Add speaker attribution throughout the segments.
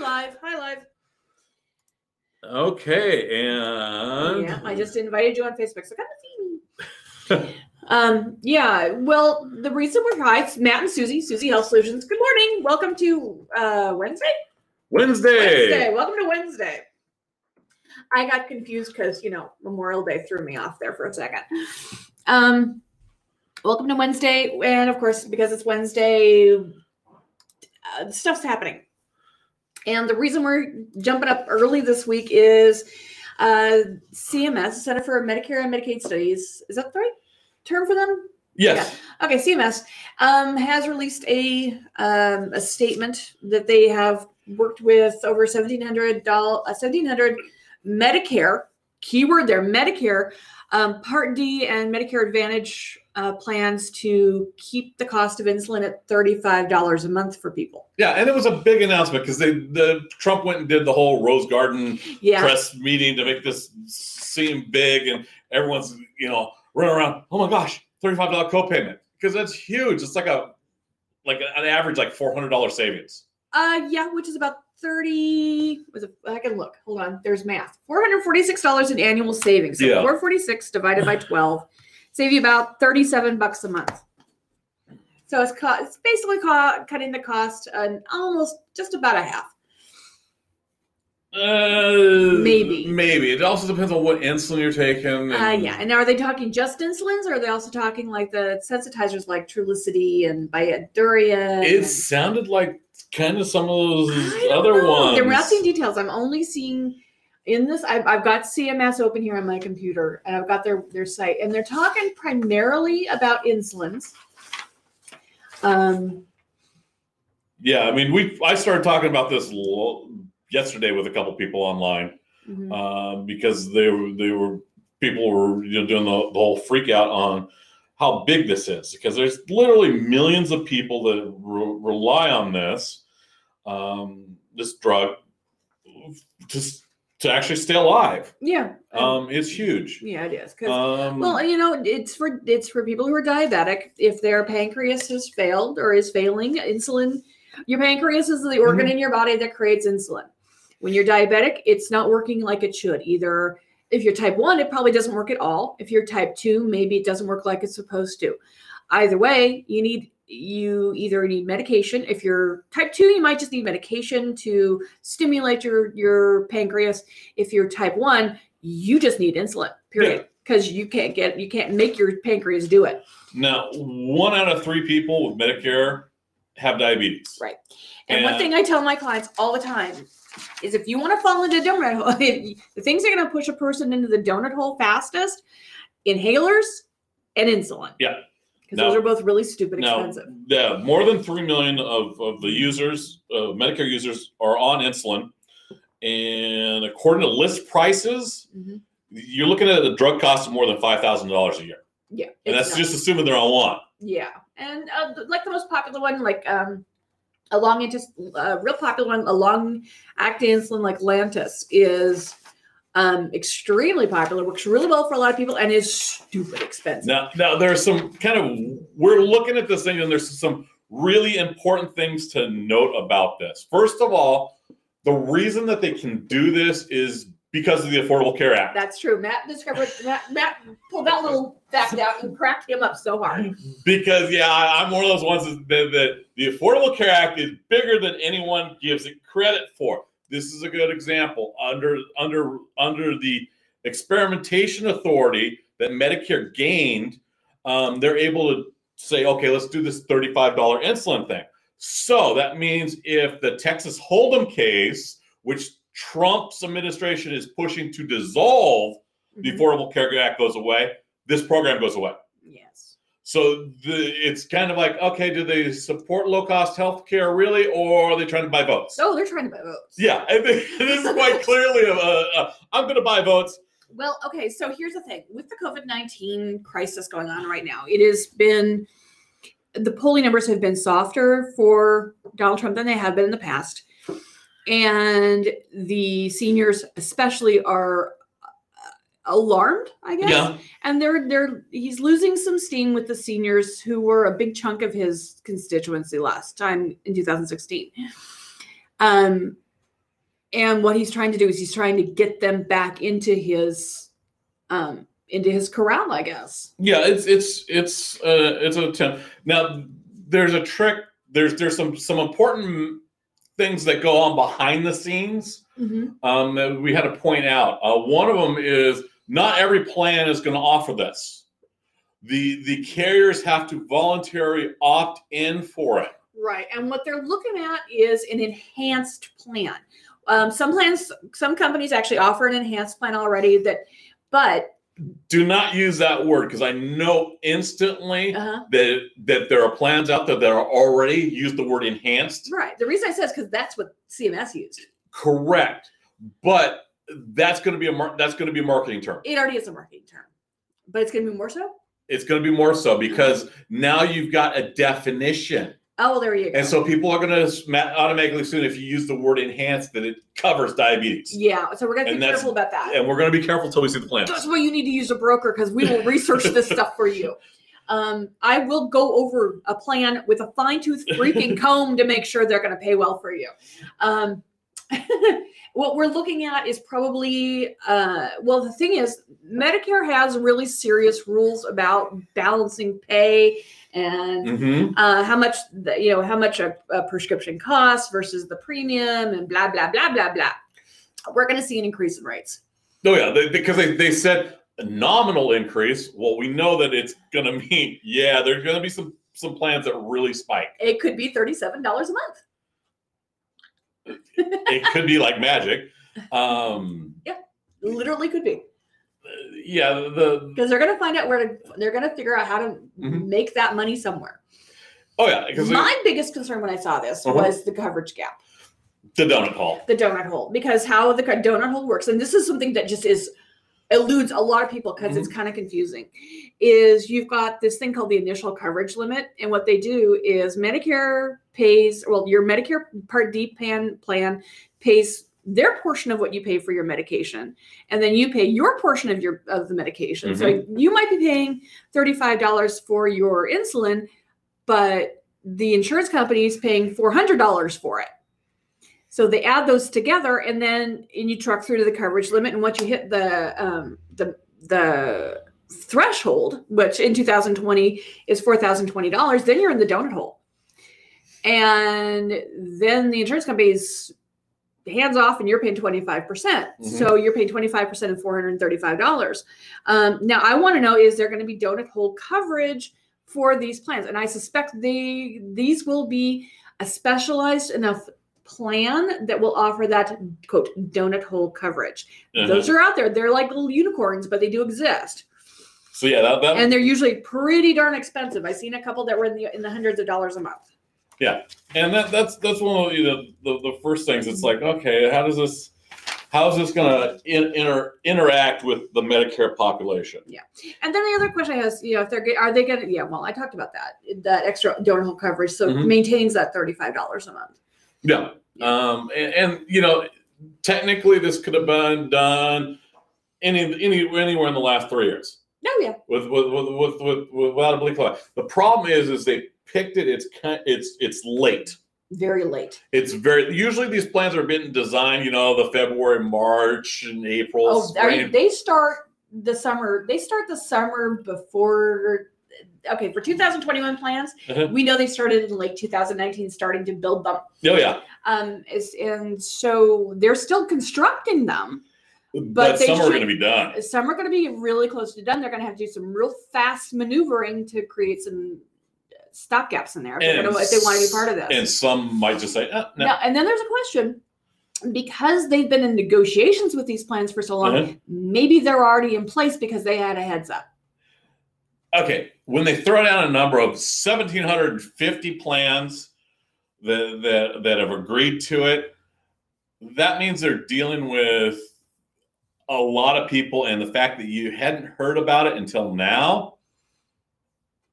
Speaker 1: live. Hi, live.
Speaker 2: Okay, and
Speaker 1: Yeah, I just invited you on Facebook, so come and see me. um, yeah. Well, the reason we're hi, it's Matt and Susie, Susie Health Solutions. Good morning. Welcome to uh, Wednesday.
Speaker 2: Wednesday.
Speaker 1: Wednesday. Welcome to Wednesday. I got confused because you know Memorial Day threw me off there for a second. Um, welcome to Wednesday, and of course because it's Wednesday, uh, stuff's happening. And the reason we're jumping up early this week is uh, CMS, Center for Medicare and Medicaid Studies. Is that the right term for them?
Speaker 2: Yes.
Speaker 1: Okay, CMS um, has released a um, a statement that they have worked with over 1,700 doll- uh, 1,700 Medicare keyword there Medicare um, Part D and Medicare Advantage uh, plans to keep the cost of insulin at $35 a month for people.
Speaker 2: Yeah. and it was a big announcement because they the Trump went and did the whole Rose Garden
Speaker 1: Yeah,
Speaker 2: press meeting to make this seem big, and everyone's you know running around. Oh my gosh, thirty five dollar copayment because that's huge. It's like a like an average like four hundred dollar savings.
Speaker 1: uh, yeah, which is about 30. Was it, I can look. Hold on. There's math. $446 in annual savings. So
Speaker 2: Yeah.
Speaker 1: 446 divided by 12 save you about 37 bucks a month. So it's co- it's basically co- cutting the cost an almost just about a half.
Speaker 2: Uh,
Speaker 1: Maybe.
Speaker 2: Maybe. It also depends on what insulin you're taking.
Speaker 1: Uh, yeah, and are they talking just insulins, or are they also talking like the sensitizers like Trulicity and Biaduria?
Speaker 2: It
Speaker 1: and-
Speaker 2: sounded like kind of some of those
Speaker 1: I don't
Speaker 2: other
Speaker 1: know.
Speaker 2: ones.
Speaker 1: They're asking details. I'm only seeing in this. I've, I've got CMS open here on my computer, and I've got their their site, and they're talking primarily about insulins. Um,
Speaker 2: yeah, I mean, we I started talking about this l- yesterday with a couple people online
Speaker 1: mhm.
Speaker 2: um, because they were they were people were you know doing the, the whole freak out on how big this is because there's literally millions of people that re- rely on this um, this drug to s- to actually stay alive.
Speaker 1: yeah,
Speaker 2: Um, it's huge.
Speaker 1: yeah, it is 'cause-
Speaker 2: Um,
Speaker 1: Well, you know, it's for it's for people who are diabetic. If their pancreas has failed or is failing, insulin. Your pancreas is the organ in your body that creates insulin. When you're diabetic, it's not working like it should. Either if you're type one, it probably doesn't work at all. If you're type two, maybe it doesn't work like it's supposed to. Either way, you need you either need medication. If you're type two, you might just need medication to stimulate your your pancreas. If you're type one, you just need insulin. Period because you can't get you can't make your pancreas do it
Speaker 2: Now, one out of three people with Medicare have diabetes.
Speaker 1: right and one
Speaker 2: Yeah.
Speaker 1: thing i tell my clients all the time is if you want to fall into a donut hole the things that are going to push a person into the donut hole fastest inhalers and insulin
Speaker 2: Yeah.
Speaker 1: because
Speaker 2: No.
Speaker 1: those are both really stupid
Speaker 2: Now,
Speaker 1: expensive
Speaker 2: yeah, more than three million of, of the users, uh, Medicare users, are on insulin, and according to list prices,
Speaker 1: Mhm.
Speaker 2: you're looking at a drug cost of more than five thousand dollars a year,
Speaker 1: yeah
Speaker 2: and
Speaker 1: it's
Speaker 2: that's
Speaker 1: not-
Speaker 2: just assuming they're on one.
Speaker 1: yeah and uh, th- like the most popular one like um a long antis- a real popular one a long acting insulin like lantus is um extremely popular works really well for a lot of people and is stupid expensive
Speaker 2: Now, now there's some kind of we're looking at this thing, and there's some really important things to note about this. First of all, the reason that they can do this is because of the Affordable Care Act.
Speaker 1: That's true. Matt discovered Matt, Matt pulled that little fact out and cracked him up so hard.
Speaker 2: Because yeah, I, I'm one of those ones that, that the Affordable Care Act is bigger than anyone gives it credit for. This is a good example under under under the experimentation authority that Medicare gained. Um, they're able to say, okay, let's do this $35 insulin thing. So that means if the Texas Hold'em case, which Trump's administration is pushing to dissolve,
Speaker 1: Mm-hmm.
Speaker 2: the Affordable Care Act goes away. This program goes away.
Speaker 1: Yes.
Speaker 2: So the, it's kind of like, okay, do they support low cost health care really, or are they trying to buy votes?
Speaker 1: So Oh, they're trying to buy votes.
Speaker 2: Yeah, I think this is quite clearly a, a, a I'm going to buy votes.
Speaker 1: Well, okay. So here's the thing with the COVID 19 crisis going on right now, it has been the polling numbers have been softer for Donald Trump than they have been in the past. And the seniors, especially, are uh, alarmed, I guess. and they're they're he's losing some steam with the seniors who were a big chunk of his constituency last time in 2016 um and what he's trying to do is he's trying to get them back into his um into his corral i guess
Speaker 2: Yeah, it's it's it's uh, it's a attempt. Now there's a trick. There's there's some some important things that go on behind the scenes um, that we had to point out. Uh, one of them is not every plan is going to offer this. The the carriers have to voluntarily opt in for it.
Speaker 1: right and what they're looking at is an enhanced plan um, some plans some companies actually offer an enhanced plan already that but
Speaker 2: Do not use that word because I know instantly
Speaker 1: uh,
Speaker 2: that that there are plans out there that are already use the word enhanced.
Speaker 1: right the reason i said is because that's what cms used
Speaker 2: Correct, but that's going to be a mar- that's going to be a marketing term.
Speaker 1: it already is a marketing term but it's going to be more so
Speaker 2: It's going to be more so because now you've got a definition,
Speaker 1: oh well, there you go
Speaker 2: and so people are going to automatically assume if you use the word enhanced that it covers diabetes,
Speaker 1: yeah so we're going to be
Speaker 2: And that's-
Speaker 1: careful about that
Speaker 2: and we're going to be careful until we see the plans.
Speaker 1: That's why you need to use a broker because we will research this stuff for you. Um, I will go over a plan with a fine tooth freaking comb to make sure they're going to pay well for you. Um, what we're looking at is probably, uh, well, the thing is, Medicare has really serious rules about balancing pay and
Speaker 2: Mhm.
Speaker 1: uh, how much the, you know how much a, a prescription costs versus the premium and blah blah blah blah blah. We're going to see an increase in rates.
Speaker 2: Oh yeah, they, because they, they said a nominal increase. Well, we know that it's going to mean yeah, there's going to be some some plans that really spike.
Speaker 1: It could be thirty-seven dollars a month.
Speaker 2: it could be like magic. Um,
Speaker 1: literally could be
Speaker 2: yeah, the
Speaker 1: because they're going to find out where to they're going to figure out how to
Speaker 2: Mhm.
Speaker 1: make that money somewhere
Speaker 2: oh yeah, because
Speaker 1: my biggest concern when i saw this
Speaker 2: Uh-huh.
Speaker 1: was the coverage gap
Speaker 2: the donut hole.
Speaker 1: the donut hole because how the co- donut hole works and this is something that just is eludes a lot of people because it's kind of confusing is you've got this thing called the initial coverage limit and what they do is medicare pays well your medicare part d plan plan pays their portion of what you pay for your medication and then you pay your portion of your of the medication so you might be paying $35 for your insulin but the insurance company is paying $400 for it so they add those together and then and you truck through to the coverage limit and once you hit the um, the the threshold which in 2020 is $4020 then you're in the donut hole and then the insurance company's hands off and you're paying 25% percent so you're paying 25% and $435 um, now i want to know is there going to be donut hole coverage for these plans and i suspect they these will be a specialized enough plan that will offer that quote donut hole coverage
Speaker 2: Uh-huh.
Speaker 1: those are out there they're like little unicorns but they do exist
Speaker 2: so yeah, that, that
Speaker 1: and they're usually pretty darn expensive i've seen a couple that were in the in the hundreds of dollars a month
Speaker 2: and that that's that's one of the, the the first things. It's like okay, how does this how is this going to in, inter, interact with the Medicare population?
Speaker 1: And then the other question I asked, you know, if they're get- are they going to? Yeah, well, I talked about that that extra donor hole coverage, so
Speaker 2: Mhm.
Speaker 1: maintains that thirty five dollars a month.
Speaker 2: Yeah, um, and, and you know, technically this could have been done any any anywhere in the last three years.
Speaker 1: No, yeah,
Speaker 2: with with with with, with, with without a blink of an eye. The problem is, is they picked it. It's kind. It's it's late.
Speaker 1: very late.
Speaker 2: It's very usually these plans are being designed. You know, the February, March, and April.
Speaker 1: Oh, are you-
Speaker 2: spring.
Speaker 1: they start the summer. They start the summer before. Okay, for 2021 plans,
Speaker 2: Uh-huh.
Speaker 1: we know they started in late 2019, starting to build them.
Speaker 2: oh yeah,
Speaker 1: Um, is and so they're still constructing them.
Speaker 2: but,
Speaker 1: they
Speaker 2: some are
Speaker 1: should-
Speaker 2: going to be done.
Speaker 1: Some are going to be really close to done. They're going to have to do some real fast maneuvering to create some stop gaps in there if, they're
Speaker 2: And
Speaker 1: gonna, if they want to be part of this.
Speaker 2: And some might just say, uh no.
Speaker 1: Now, and then there's a question because they've been in negotiations with these plans for so long,
Speaker 2: Uh-huh.
Speaker 1: maybe they're already in place because they had a heads up.
Speaker 2: Okay, when they throw down a number of seventeen hundred and fifty plans that that that have agreed to it, that means they're dealing with a lot of people, and the fact that you hadn't heard about it until now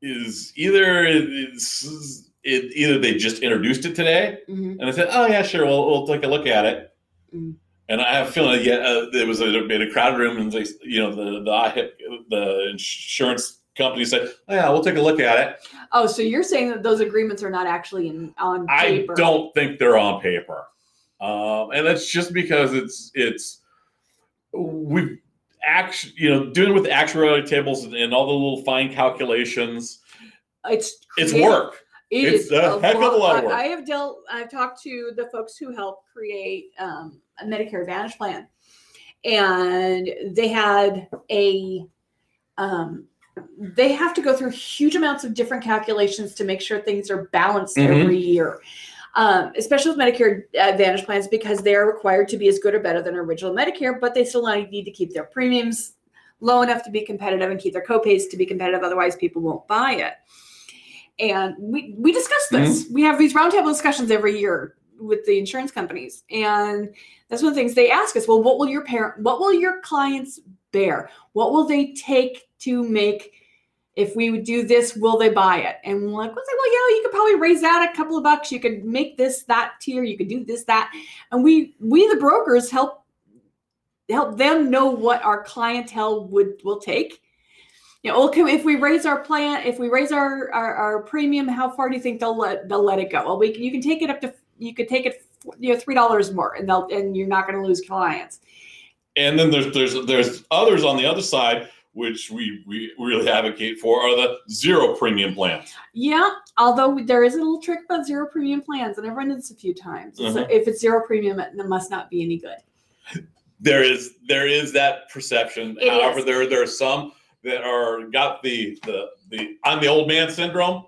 Speaker 2: is either it's, it, either they just introduced it today
Speaker 1: Mhm.
Speaker 2: and they said, "Oh yeah, sure, we'll, we'll take a look at it."
Speaker 1: Mm.
Speaker 2: And I have a feeling that yeah, uh, there was a, in a crowded room, and they, you know, the the IHIP, the insurance company said, oh, "Yeah, we'll take a look at it."
Speaker 1: Oh, so you're saying that those agreements are not actually in on
Speaker 2: I
Speaker 1: paper?
Speaker 2: don't think they're on paper. um, and that's just because it's it's we've actually you know doing it with actuarial tables and, and all the little fine calculations.
Speaker 1: It's
Speaker 2: It's
Speaker 1: creative.
Speaker 2: work.
Speaker 1: It
Speaker 2: It's
Speaker 1: is
Speaker 2: a heck of a lot of work.
Speaker 1: I have dealt. I've talked to the folks who helped create um, a Medicare Advantage plan, and they had a. Um, they have to go through huge amounts of different calculations to make sure things are balanced
Speaker 2: Mhm.
Speaker 1: every year. Um, especially with Medicare Advantage plans, because they are required to be as good or better than original Medicare, but they still need to keep their premiums low enough to be competitive and keep their copays to be competitive. Otherwise, people won't buy it. And we we discuss this. We have these roundtable discussions every year with the insurance companies, and that's one of the things they ask us. Well, what will your parent? What will your clients bear? What will they take to make? If we would do this, will they buy it? And we're like, well, say, well, yeah, you could probably raise that a couple of bucks. You could make this that tier. You could do this that, and we we the brokers help help them know what our clientele would will take. You know, okay, if we raise our plan, if we raise our, our our premium, how far do you think they'll let they'll let it go? Well, we can, you can take it up to you could take it you know three dollars more, and they'll and you're not going to lose clients.
Speaker 2: And then there's there's there's others on the other side which we we really advocate for are the zero premium plans.
Speaker 1: Yeah, although there is a little trick about zero premium plans, and I've run into this a few times. So
Speaker 2: Mhm.
Speaker 1: if it's zero premium, it must not be any good.
Speaker 2: There is there is that perception.
Speaker 1: It
Speaker 2: However,
Speaker 1: is.
Speaker 2: there there are some that are got the the the I'm the old man syndrome.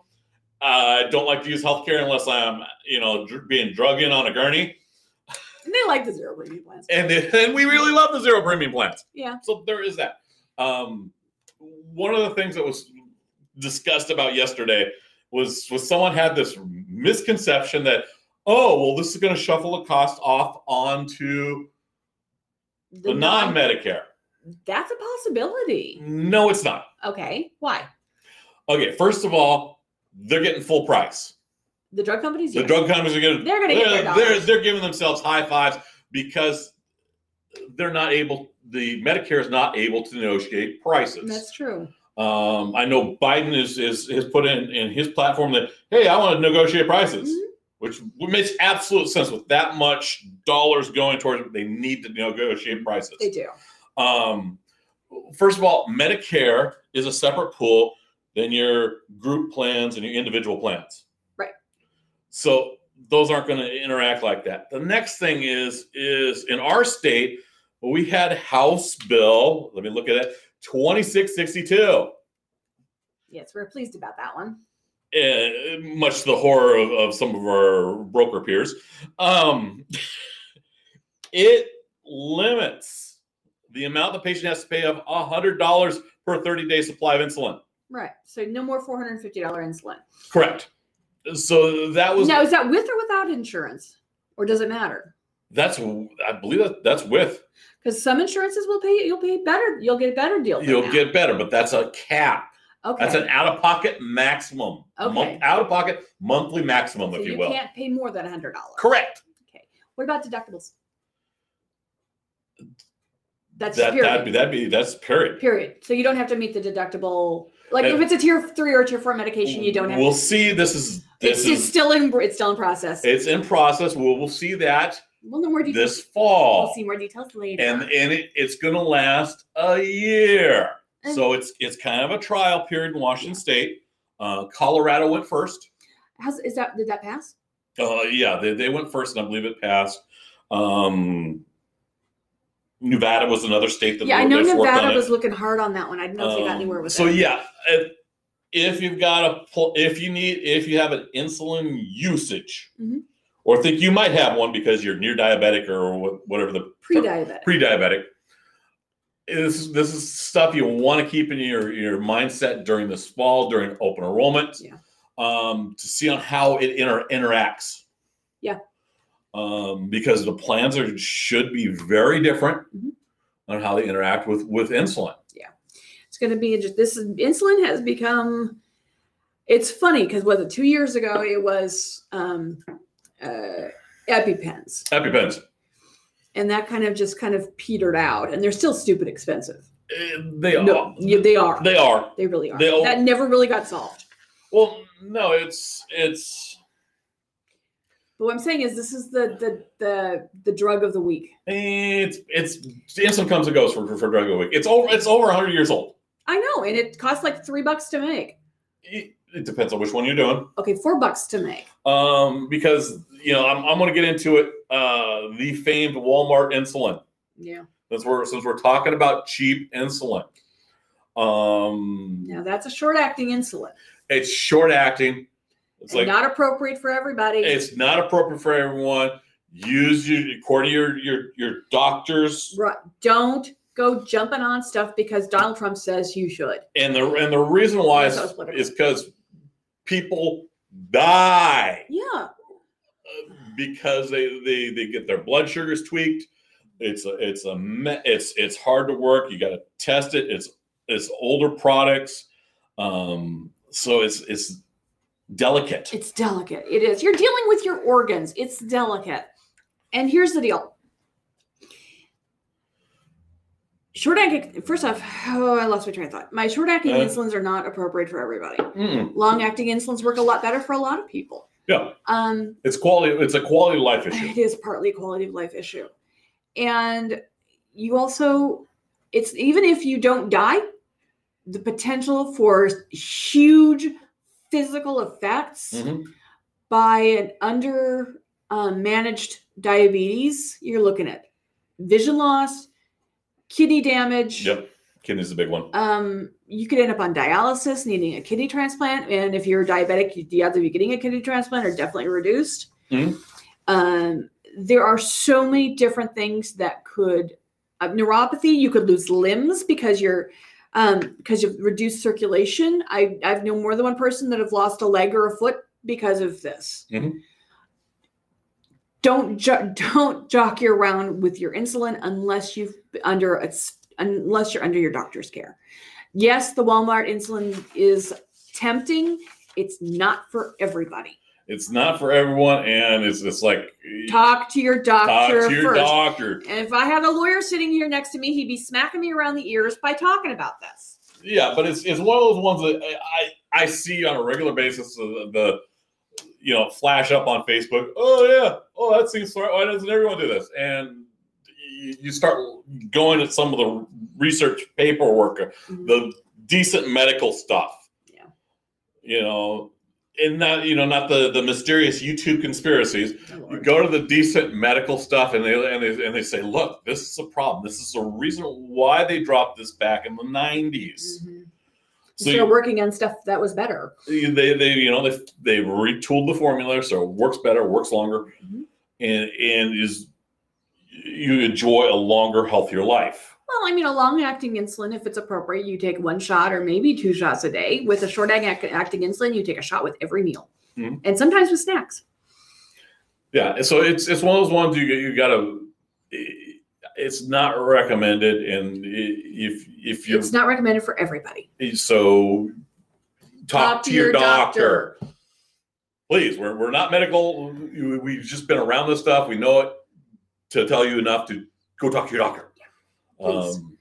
Speaker 2: I don't like to use healthcare unless I'm you know dr- being drug in on a gurney,
Speaker 1: And they like the zero premium plans.
Speaker 2: and then- and we really love the zero premium plans.
Speaker 1: Yeah.
Speaker 2: So there is that. Um, one of the things that was discussed about yesterday was was someone had this misconception that oh well this is going to shuffle a cost off onto the, non Medicare.
Speaker 1: That's a possibility.
Speaker 2: No, it's not.
Speaker 1: Okay, why?
Speaker 2: Okay, first of all, they're getting full price.
Speaker 1: The drug companies.
Speaker 2: The
Speaker 1: yes.
Speaker 2: drug companies are getting
Speaker 1: They're gonna get their
Speaker 2: they're, they're,
Speaker 1: dollars.
Speaker 2: they're giving themselves high fives because they're not able. The Medicare is not able to negotiate prices.
Speaker 1: That's true.
Speaker 2: Um, I know Biden is, is has put in in his platform that hey, I want to negotiate prices,
Speaker 1: Mhm.
Speaker 2: which makes absolute sense with that much dollars going towards. it, They need to negotiate prices.
Speaker 1: They do.
Speaker 2: Um, first of all, Medicare is a separate pool than your group plans and your individual plans.
Speaker 1: Right.
Speaker 2: So those aren't going to interact like that. The next thing is is in our state we had House Bill. Let me look at it. Twenty six sixty two.
Speaker 1: Yes, we're pleased about that one.
Speaker 2: uh, much to the horror of, of some of our broker peers, um, it limits the amount the patient has to pay of $100 per 30 day supply of insulin.
Speaker 1: Right. So no more four hundred and fifty dollar insulin.
Speaker 2: Correct. So that was
Speaker 1: now is that with or without insurance, or does it matter?
Speaker 2: that's I believe that that's with
Speaker 1: Because some insurances will pay. You'll pay better. You'll get a better deal. than
Speaker 2: you'll
Speaker 1: that.
Speaker 2: get better, but that's a cap.
Speaker 1: okay.
Speaker 2: That's an out of pocket maximum.
Speaker 1: Okay.
Speaker 2: out of pocket monthly maximum,
Speaker 1: So
Speaker 2: if you, will.
Speaker 1: can't pay more than hundred dollars.
Speaker 2: Correct.
Speaker 1: What about deductibles? That's
Speaker 2: That,
Speaker 1: period.
Speaker 2: that'd be that'd be that's period.
Speaker 1: period. So you don't have to meet the deductible. Like
Speaker 2: And-
Speaker 1: if it's a tier three or tier four medication, you don't have.
Speaker 2: We'll
Speaker 1: to,
Speaker 2: see. This is
Speaker 1: it's,
Speaker 2: this
Speaker 1: it's
Speaker 2: is
Speaker 1: still in. It's still in process.
Speaker 2: It's in process. We'll, we'll see that
Speaker 1: we'll know more details.
Speaker 2: this
Speaker 1: We'll
Speaker 2: fall,
Speaker 1: see more details later.
Speaker 2: and and it, it's going to last a year.
Speaker 1: And-
Speaker 2: So it's it's kind of a trial period in Washington State. Uh, Colorado went first.
Speaker 1: How's, is that did that pass?
Speaker 2: Uh, yeah, they, they went first, and I believe it passed. Um, Nevada was another state that
Speaker 1: Yeah, I
Speaker 2: wo-
Speaker 1: know
Speaker 2: that's worked on
Speaker 1: Nevada
Speaker 2: it.
Speaker 1: was looking hard on that one. I didn't know if they got
Speaker 2: Um,
Speaker 1: anywhere with
Speaker 2: so
Speaker 1: it.
Speaker 2: yeah, if, if you've got a pl- if you need if you have an insulin usage,
Speaker 1: Mhm.
Speaker 2: or think you might have one because you're near diabetic or wh- whatever the
Speaker 1: Pre-diabetic.
Speaker 2: pre-diabetic. This is this is stuff you want to keep in your your mindset during this fall during open enrollment.
Speaker 1: Yeah.
Speaker 2: Um, to see on how it inter- interacts.
Speaker 1: Yeah.
Speaker 2: Um, because the plans are should be very different
Speaker 1: Mhm.
Speaker 2: on how they interact with with insulin.
Speaker 1: it's going to be just this is, insulin has become. It's funny because was it two years ago? It was um, uh, EpiPens,
Speaker 2: EpiPens.
Speaker 1: and that kind of just kind of petered out, and they're still stupid expensive.
Speaker 2: Eh, They are.
Speaker 1: No, yeah, they are.
Speaker 2: They are.
Speaker 1: They really are.
Speaker 2: they all-
Speaker 1: that never really got solved.
Speaker 2: Well, no, it's it's
Speaker 1: But what I'm saying is, this is the the the the drug of the week.
Speaker 2: It's it's insulin comes and goes for for, for drug of the week. It's over it's over 100 years old.
Speaker 1: I know, and it costs like three bucks to make.
Speaker 2: It, it depends on which one you're doing.
Speaker 1: Okay, four bucks to make.
Speaker 2: Um, because you know I'm I'm going to get into it. Uh, the famed Walmart insulin.
Speaker 1: Yeah.
Speaker 2: Since we're since we're talking about cheap insulin. Um,
Speaker 1: Now that's a short acting insulin.
Speaker 2: it's short acting. It's
Speaker 1: And
Speaker 2: like
Speaker 1: not appropriate for everybody.
Speaker 2: it's not appropriate for everyone. Use your according to your your your doctors
Speaker 1: Right. Don't go jumping on stuff because Donald Trump says you should.
Speaker 2: and the and the reason why is
Speaker 1: That was political.
Speaker 2: is because people die.
Speaker 1: Yeah.
Speaker 2: because they they they get their blood sugars tweaked. It's a, it's a me- it's it's hard to work. You got to test it. It's it's older products, um, so it's it's delicate.
Speaker 1: It's delicate. It is. You're dealing with your organs. It's delicate. And here's the deal. Short acting. First off, oh, I lost my train of thought. My short acting
Speaker 2: Uh.
Speaker 1: insulins are not appropriate for everybody.
Speaker 2: Mm,
Speaker 1: Long acting insulins work a lot better for a lot of people.
Speaker 2: yeah,
Speaker 1: Um,
Speaker 2: it's quality. It's a quality of life issue.
Speaker 1: It is partly a quality of life issue. And you also, it's even if you don't die, the potential for huge physical effects
Speaker 2: Mhm.
Speaker 1: by an under um, managed diabetes, you're looking at vision loss, kidney damage.
Speaker 2: Yep, kidney's a big one.
Speaker 1: Um, you could end up on dialysis, needing a kidney transplant, and if you're diabetic, you- the odds of you getting a kidney transplant are definitely reduced.
Speaker 2: Mhm.
Speaker 1: Um, there are so many different things that could uh, neuropathy. You could lose limbs because you're um, because of reduced circulation. I I've known more than one person that have lost a leg or a foot because of this.
Speaker 2: Mhm.
Speaker 1: Don't jo- don't jock your around with your insulin unless you've under a s- unless you're under your doctor's care. Yes, the Walmart insulin is tempting. It's not for everybody.
Speaker 2: It's not for everyone, and it's it's like
Speaker 1: Talk to your
Speaker 2: talk
Speaker 1: doctor
Speaker 2: to your
Speaker 1: first.
Speaker 2: doctor.
Speaker 1: And if I had a lawyer sitting here next to me, he'd be smacking me around the ears by talking about this.
Speaker 2: Yeah, but it's it's one of those ones that I I, I see on a regular basis the, the you know flash up on Facebook. Oh yeah, oh that seems smart. Why doesn't everyone do this? And you, you start going at some of the research paperwork, the decent medical stuff.
Speaker 1: Yeah.
Speaker 2: You know, and not you know not the the mysterious YouTube conspiracies.
Speaker 1: Oh,
Speaker 2: You
Speaker 1: Lord.
Speaker 2: go to the decent medical stuff, and they and they, and they say, look, this is a problem. This is the reason why they dropped this back in the nineties.
Speaker 1: Mhm.
Speaker 2: So
Speaker 1: Instead of
Speaker 2: you-
Speaker 1: working on stuff that was better.
Speaker 2: they they you know they they retooled the formula so it works better, works longer,
Speaker 1: Mhm.
Speaker 2: and and is you enjoy a longer, healthier life.
Speaker 1: Well, I mean, a long acting insulin, if it's appropriate, you take one shot or maybe two shots a day. With a short act- acting insulin, you take a shot with every meal
Speaker 2: Mhm.
Speaker 1: and sometimes with snacks.
Speaker 2: Yeah, and so it's it's one of those ones you you gotta. It's not recommended, and i- if if you're
Speaker 1: It's not recommended for everybody.
Speaker 2: so talk to your doctor. Please, we're, we're not medical. We- We've just been around this stuff. We know it to tell you enough to go talk to your doctor.
Speaker 1: Please.
Speaker 2: Um,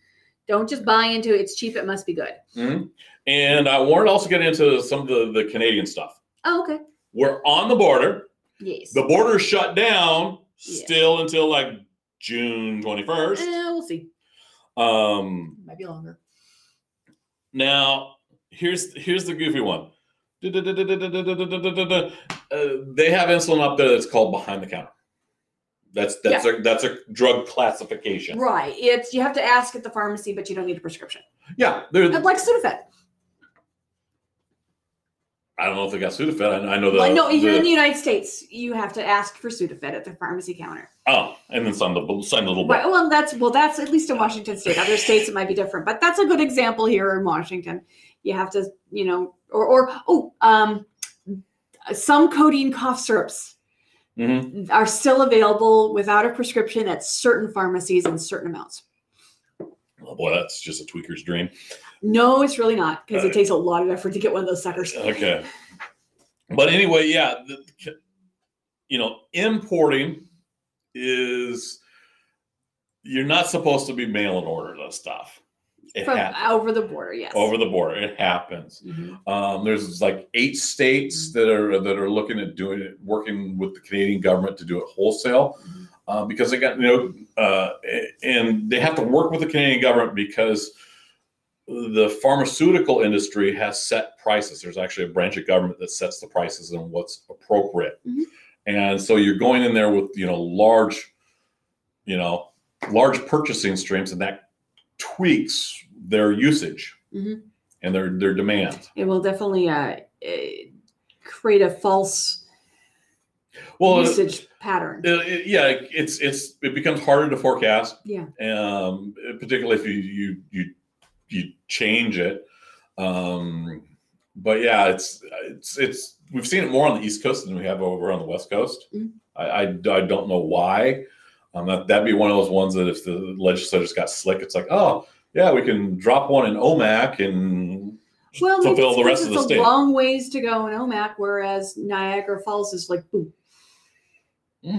Speaker 1: Don't just buy into it's cheap, it must be good.
Speaker 2: Mhm. And I wanted to also get into some of the, the Canadian stuff.
Speaker 1: Oh, okay.
Speaker 2: We're on the border.
Speaker 1: Yes.
Speaker 2: The border is shut down
Speaker 1: Yeah.
Speaker 2: still until like June 21st.
Speaker 1: Eh, we'll see.
Speaker 2: Um,
Speaker 1: Might be longer.
Speaker 2: now, here's here's the goofy one. Uh, they have insulin up there that's called behind the counter. That's that's a that's a drug classification.
Speaker 1: Right. It's you have to ask at the pharmacy, but you don't need a prescription.
Speaker 2: Yeah, they're,
Speaker 1: I'd like Sudafed.
Speaker 2: I don't know if they got Sudafed. I, I know the,
Speaker 1: Well, no,
Speaker 2: the-
Speaker 1: you're in the United States. You have to ask for Sudafed at the pharmacy counter.
Speaker 2: oh, and then some the some little book.
Speaker 1: Right. Well, that's well, that's at least in Washington State. Other states it might be different, but that's a good example here in Washington. You have to, you know, or or oh, um, some codeine cough syrups
Speaker 2: Mhm.
Speaker 1: are still available without a prescription at certain pharmacies in certain amounts.
Speaker 2: Oh boy, that's just a tweaker's dream.
Speaker 1: No, it's really not because
Speaker 2: Uh,
Speaker 1: it takes a lot of effort to get one of those suckers.
Speaker 2: Okay. But anyway, yeah, the, you know, importing is you're not supposed to be mail and order this stuff. It
Speaker 1: from
Speaker 2: happens.
Speaker 1: over the border. Yes.
Speaker 2: Over the border, it happens.
Speaker 1: Mhm.
Speaker 2: Um, there's like eight states that are that are looking at doing it, working with the Canadian government to do it wholesale,
Speaker 1: Mhm.
Speaker 2: uh, because they got you know, uh, and they have to work with the Canadian government because the pharmaceutical industry has set prices. There's actually a branch of government that sets the prices and what's appropriate,
Speaker 1: Mhm.
Speaker 2: and so you're going in there with you know large, you know, large purchasing streams, and that tweaks their usage
Speaker 1: Mhm.
Speaker 2: and their their demand.
Speaker 1: It will definitely uh, eh, create a false
Speaker 2: well it-
Speaker 1: usage pattern.
Speaker 2: it- it- yeah it- it's it's it becomes harder to forecast
Speaker 1: Yeah.
Speaker 2: um particularly if you you you you change it um but yeah it's it's it's we've seen it more on the east coast than we have over on the west coast
Speaker 1: Mhm.
Speaker 2: I, I i don't know why um that, that'd be one of those ones that if the legislators got slick it's like oh yeah we can drop one in omac and
Speaker 1: well, maybe
Speaker 2: fulfill
Speaker 1: it's
Speaker 2: the
Speaker 1: 'cause
Speaker 2: rest of
Speaker 1: it's
Speaker 2: the
Speaker 1: a
Speaker 2: state.
Speaker 1: long ways to go in OMAC, whereas Niagara Falls is like boom.
Speaker 2: yeah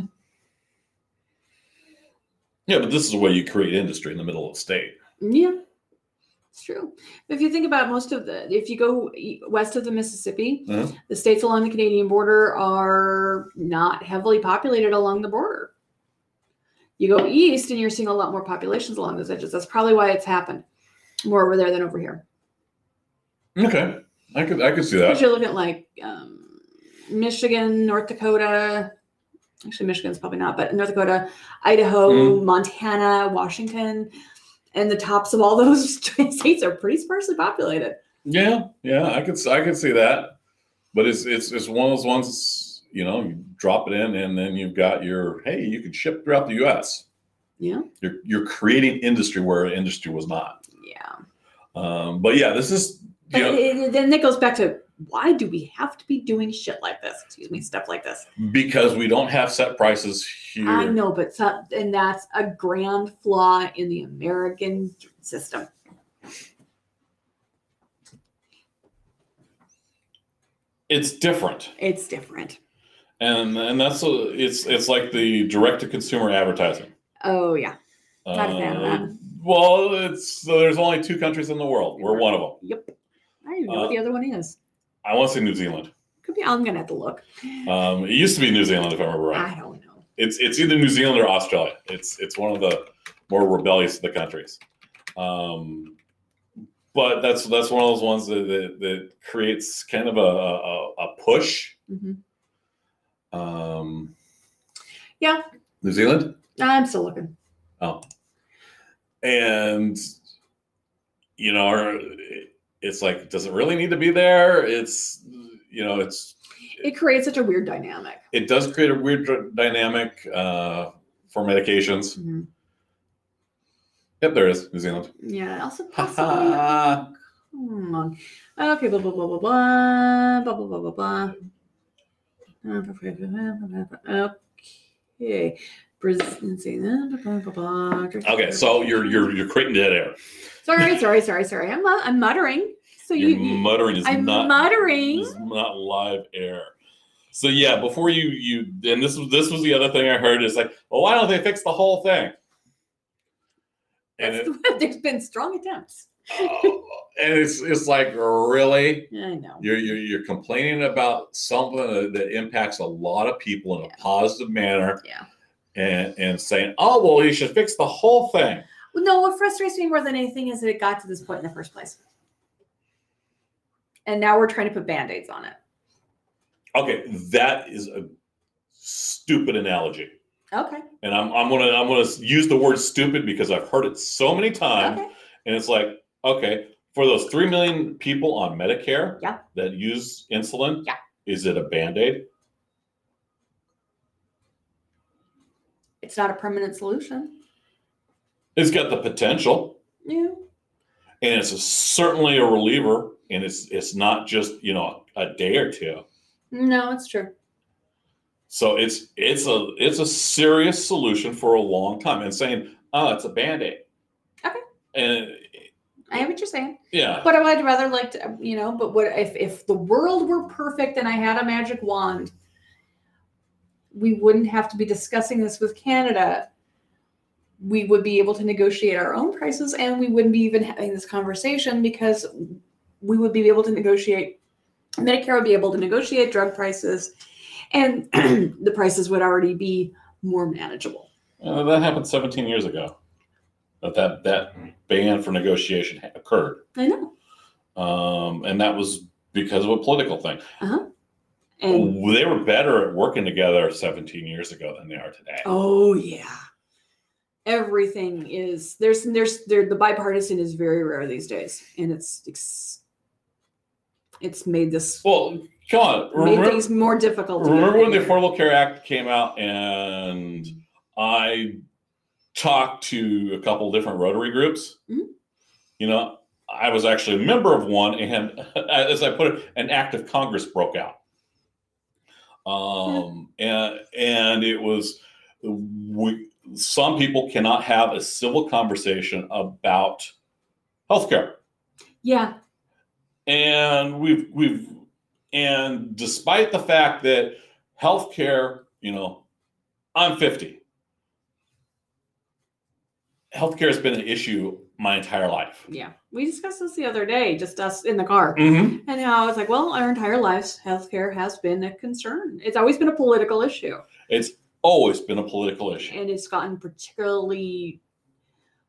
Speaker 2: but this is the way you create industry in the middle of the state
Speaker 1: Yeah, it's true. If you think about most of the, if you go e- west of the Mississippi,
Speaker 2: Mhm.
Speaker 1: the states along the Canadian border are not heavily populated along the border. You go east and you're seeing a lot more populations along those edges. That's probably why it's happened more over there than over here.
Speaker 2: okay i could i could see
Speaker 1: Because
Speaker 2: that
Speaker 1: you're looking at like um, Michigan, North Dakota. Actually, Michigan's probably not, but North Dakota, Idaho,
Speaker 2: Mhm.
Speaker 1: Montana, Washington, and the tops of all those states are pretty sparsely populated.
Speaker 2: Yeah, yeah, I could s- I could see that, but it's it's it's one of those ones you know you drop it in and then you've got your hey you can ship throughout the U.S.
Speaker 1: Yeah.
Speaker 2: You're you're creating industry where industry was not.
Speaker 1: Yeah.
Speaker 2: Um, but yeah, this is
Speaker 1: But
Speaker 2: you know
Speaker 1: it- it- then that goes back to why do we have to be doing shit like this? Excuse me, stuff like this.
Speaker 2: because we don't have set prices here.
Speaker 1: I know, but so, and that's a grand flaw in the American system.
Speaker 2: It's different,
Speaker 1: It's different.
Speaker 2: and and that's a, it's it's like the direct to consumer advertising. Uh,
Speaker 1: Oh yeah. Not a fan of that.
Speaker 2: Well, it's so there's only two countries in the world. We're one of them.
Speaker 1: Yep. I don't even know what
Speaker 2: Uh,
Speaker 1: the other one is.
Speaker 2: I want to say New Zealand.
Speaker 1: Could be. I'm gonna have to look.
Speaker 2: Um, it used to be New Zealand, if I remember right.
Speaker 1: I don't know.
Speaker 2: it's it's either New Zealand or Australia. It's it's one of the more rebellious of the countries. Um, but that's that's one of those ones that that, that creates kind of a a, a push.
Speaker 1: Mhm.
Speaker 2: Um,
Speaker 1: Yeah.
Speaker 2: New Zealand
Speaker 1: I'm still looking.
Speaker 2: and you know our, it's like does it really need to be there? It's you know it's
Speaker 1: It creates such a weird dynamic.
Speaker 2: it does create a weird dr- dynamic uh, for medications.
Speaker 1: Mhm.
Speaker 2: Yep, there is New Zealand.
Speaker 1: Yeah. Also possibly.
Speaker 2: Ha
Speaker 1: Come on. Okay, blah blah blah blah blah blah blah blah blah blah. Okay. Brazil. let's see. Blah, blah, blah, blah.
Speaker 2: ha. Okay, so you're you're you're creating dead air.
Speaker 1: sorry, sorry, sorry, sorry. I'm uh, I'm muttering. So
Speaker 2: Your
Speaker 1: you, you
Speaker 2: muttering is
Speaker 1: I'm
Speaker 2: not
Speaker 1: muttering.
Speaker 2: is not live air. So yeah, before you you and this was this was the other thing I heard is like, well, why don't they fix the whole thing? And
Speaker 1: that's
Speaker 2: it,
Speaker 1: the- there's been strong attempts.
Speaker 2: and it's it's like really
Speaker 1: I know.
Speaker 2: you're, you're you're complaining about something that impacts a lot of people in a positive manner.
Speaker 1: Yeah.
Speaker 2: And and saying, oh well, you should fix the whole thing.
Speaker 1: Well, no, what frustrates me more than anything is that it got to this point in the first place. And now we're trying to put band-aids on it.
Speaker 2: Okay, that is a stupid analogy.
Speaker 1: Okay.
Speaker 2: and I'm, I'm gonna I'm gonna use the word stupid because I've heard it so many times,
Speaker 1: Okay.
Speaker 2: and it's like okay for those three million people on Medicare
Speaker 1: Yeah.
Speaker 2: that use insulin,
Speaker 1: Yeah.
Speaker 2: is it a band aid?
Speaker 1: It's not a permanent solution.
Speaker 2: It's got the potential,
Speaker 1: Yeah.
Speaker 2: and it's a, certainly a reliever, and it's it's not just you know a day or two.
Speaker 1: No, it's true.
Speaker 2: So it's it's a it's a serious solution for a long time, and saying oh it's a band aid.
Speaker 1: Okay.
Speaker 2: And
Speaker 1: I hear what you're saying.
Speaker 2: yeah,
Speaker 1: But I'd rather like to, you know, but what if if the world were perfect and I had a magic wand, we wouldn't have to be discussing this with Canada we would be able to negotiate our own prices and we wouldn't be even having this conversation because we would be able to negotiate medicare would be able to negotiate drug prices and the prices would already be more manageable
Speaker 2: Uh, that happened 17 years ago. That that, that ban for negotiation ha- occurred,
Speaker 1: i know
Speaker 2: um, and that was because of a political thing.
Speaker 1: and
Speaker 2: they were better at working together 17 years ago than they are today.
Speaker 1: oh yeah everything is there's there's there the bipartisan is very rare these days and it's it's, it's made this
Speaker 2: Well, come on.
Speaker 1: made
Speaker 2: Remember,
Speaker 1: things more difficult to
Speaker 2: remember when the
Speaker 1: navigate.
Speaker 2: Affordable Care Act came out, and I talked to a couple different Rotary groups.
Speaker 1: Mhm.
Speaker 2: You know, I was actually a member of one, and as I put it, an act of Congress broke out. Um, and and it was we, some people cannot have a civil conversation about healthcare.
Speaker 1: yeah
Speaker 2: and we've we've and despite the fact that healthcare, you know, I'm 50. Healthcare has been an issue my entire life.
Speaker 1: Yeah, we discussed this the other day, just us in the car,
Speaker 2: Mm-hmm.
Speaker 1: and how it's like, well, our entire lives, healthcare has been a concern. It's always been a political issue,
Speaker 2: It's always been a political issue.
Speaker 1: and it's gotten particularly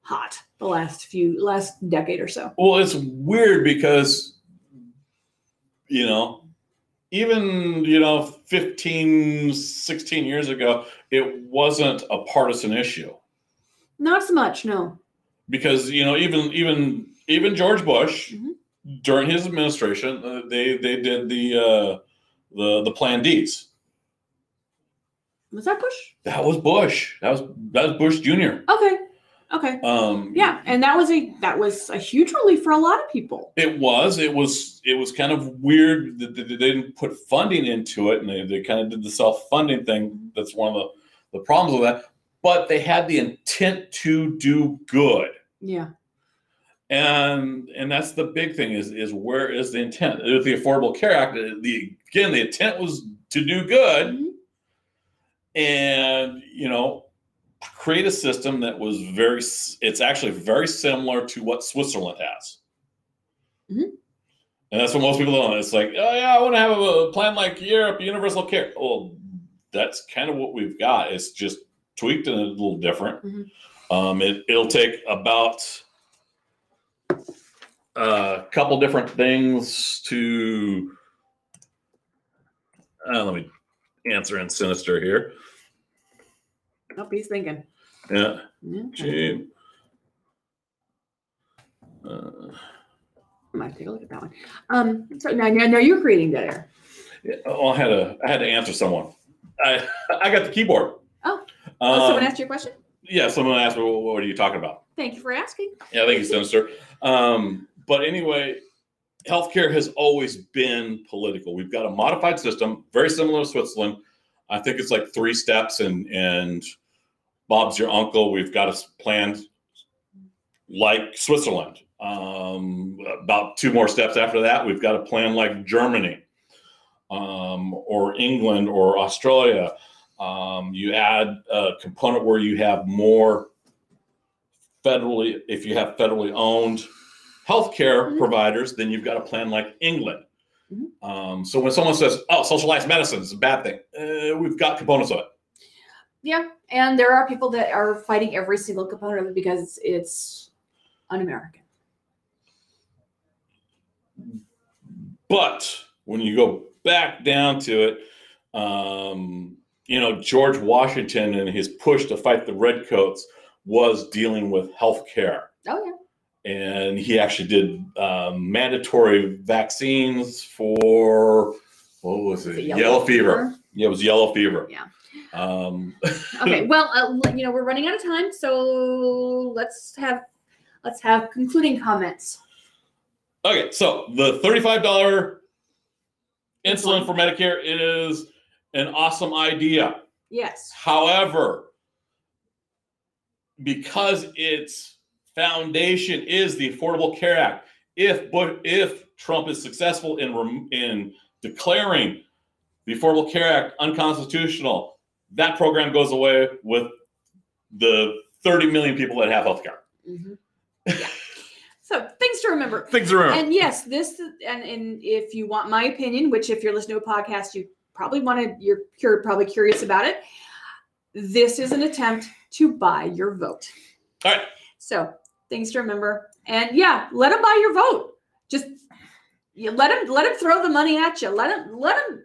Speaker 1: hot the last few last decade or so.
Speaker 2: Well, it's weird because you know, even you know, 15, 16 years ago, it wasn't a partisan issue.
Speaker 1: Not so much, no.
Speaker 2: because you know even even even George Bush
Speaker 1: Mhm.
Speaker 2: during his administration uh, they they did the uh, the the Plan D's.
Speaker 1: Was that Bush?
Speaker 2: That was Bush. That was that was Bush Jr.
Speaker 1: Okay, okay,
Speaker 2: Um,
Speaker 1: yeah, and that was a that was a huge relief for a lot of people.
Speaker 2: it was it was it was kind of weird that they they didn't put funding into it, and they, they kind of did the self funding thing. That's one of the the problems with that. But they had the intent to do good.
Speaker 1: Yeah,
Speaker 2: and and that's the big thing is is where is the intent with the affordable care act the again the intent was to do good
Speaker 1: Mhm.
Speaker 2: and you know create a system that was very s- it's actually very similar to what switzerland has
Speaker 1: Mhm.
Speaker 2: and that's what most people don't know. it's like oh yeah i want to have a plan like europe universal care well that's kind of what we've got it's just tweaked and a little different
Speaker 1: Mhm.
Speaker 2: um, it, it'll take about a couple different things to uh, let me answer in sinister here
Speaker 1: nope, he's thinking.
Speaker 2: yeah
Speaker 1: Okay.
Speaker 2: gee. Uh,
Speaker 1: I might take a look at that one. Um, so now, now, now you're creating that
Speaker 2: Um,
Speaker 1: air.
Speaker 2: yeah, oh, i had to i had to answer someone i i got the keyboard
Speaker 1: Oh.
Speaker 2: Um,
Speaker 1: someone asked you a question.
Speaker 2: yeah someone asked me "Well, what are you talking about
Speaker 1: Thank you for asking.
Speaker 2: Yeah, thank you, Sinister. Um, but anyway, healthcare has always been political. We've got a modified system, very similar to Switzerland. I think it's like three steps, and and Bob's your uncle. We've got a plan like Switzerland. Um, about two more steps after that, we've got a plan like Germany, um, or England, or Australia. Um, you add a component where you have more federally if you have federally owned healthcare
Speaker 1: Mhm.
Speaker 2: providers, then you've got a plan like England.
Speaker 1: Mhm.
Speaker 2: Um, so when someone says, "Oh, socialized medicine is a bad thing," uh, we've got components of it.
Speaker 1: Yeah, and there are people that are fighting every single component of it because it's un-American.
Speaker 2: But when you go back down to it, um, you know George Washington and his push to fight the redcoats was dealing with healthcare.
Speaker 1: Oh yeah,
Speaker 2: and he actually did um, mandatory vaccines for what was it?
Speaker 1: Is it
Speaker 2: Yellow,
Speaker 1: yellow
Speaker 2: fever.
Speaker 1: fever?
Speaker 2: Yeah, it was yellow fever.
Speaker 1: Yeah.
Speaker 2: Um,
Speaker 1: okay. Well, uh, you know we're running out of time, so let's have let's have concluding comments.
Speaker 2: okay, so the thirty-five dollar insulin for Medicare is an awesome idea.
Speaker 1: Yes.
Speaker 2: However, because its foundation is the Affordable Care Act, if but if Trump is successful in rem- in declaring the Affordable Care Act unconstitutional, that program goes away with the 30 million people that have health care.
Speaker 1: Mhm. Yeah. so things to remember.
Speaker 2: Things are
Speaker 1: And yes, this and and if you want my opinion, which if you're listening to a podcast, you probably want to you're, you're probably curious about it. This is an attempt to buy your vote.
Speaker 2: All right.
Speaker 1: So things to remember, and yeah, let them buy your vote. Just you let them let them throw the money at you. Let them let them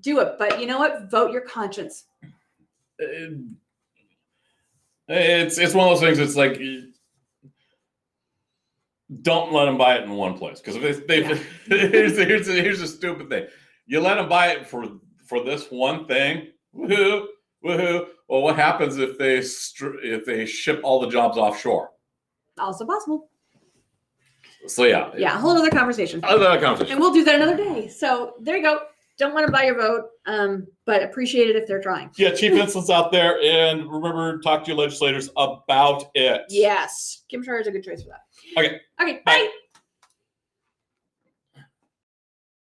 Speaker 1: do it. But you know what? Vote your conscience.
Speaker 2: it's it's one of those things. It's like don't let them buy it in one place because if they, they
Speaker 1: Yeah.
Speaker 2: here's here's here's a stupid thing. You let them buy it for for this one thing. Woohoo! Woohoo! Well, what happens if they str- if they ship all the jobs offshore?
Speaker 1: Also possible.
Speaker 2: So yeah,
Speaker 1: Yeah, a whole other conversation.
Speaker 2: Other conversation.
Speaker 1: and we'll do that another day. So there you go. Don't want to buy your vote, um, but appreciate it if they're trying.
Speaker 2: Yeah, cheap insults out there, and remember, talk to your legislators about it.
Speaker 1: Yes, Kim Schreier is a good choice for that.
Speaker 2: Okay.
Speaker 1: Okay.
Speaker 2: Bye.
Speaker 1: bye.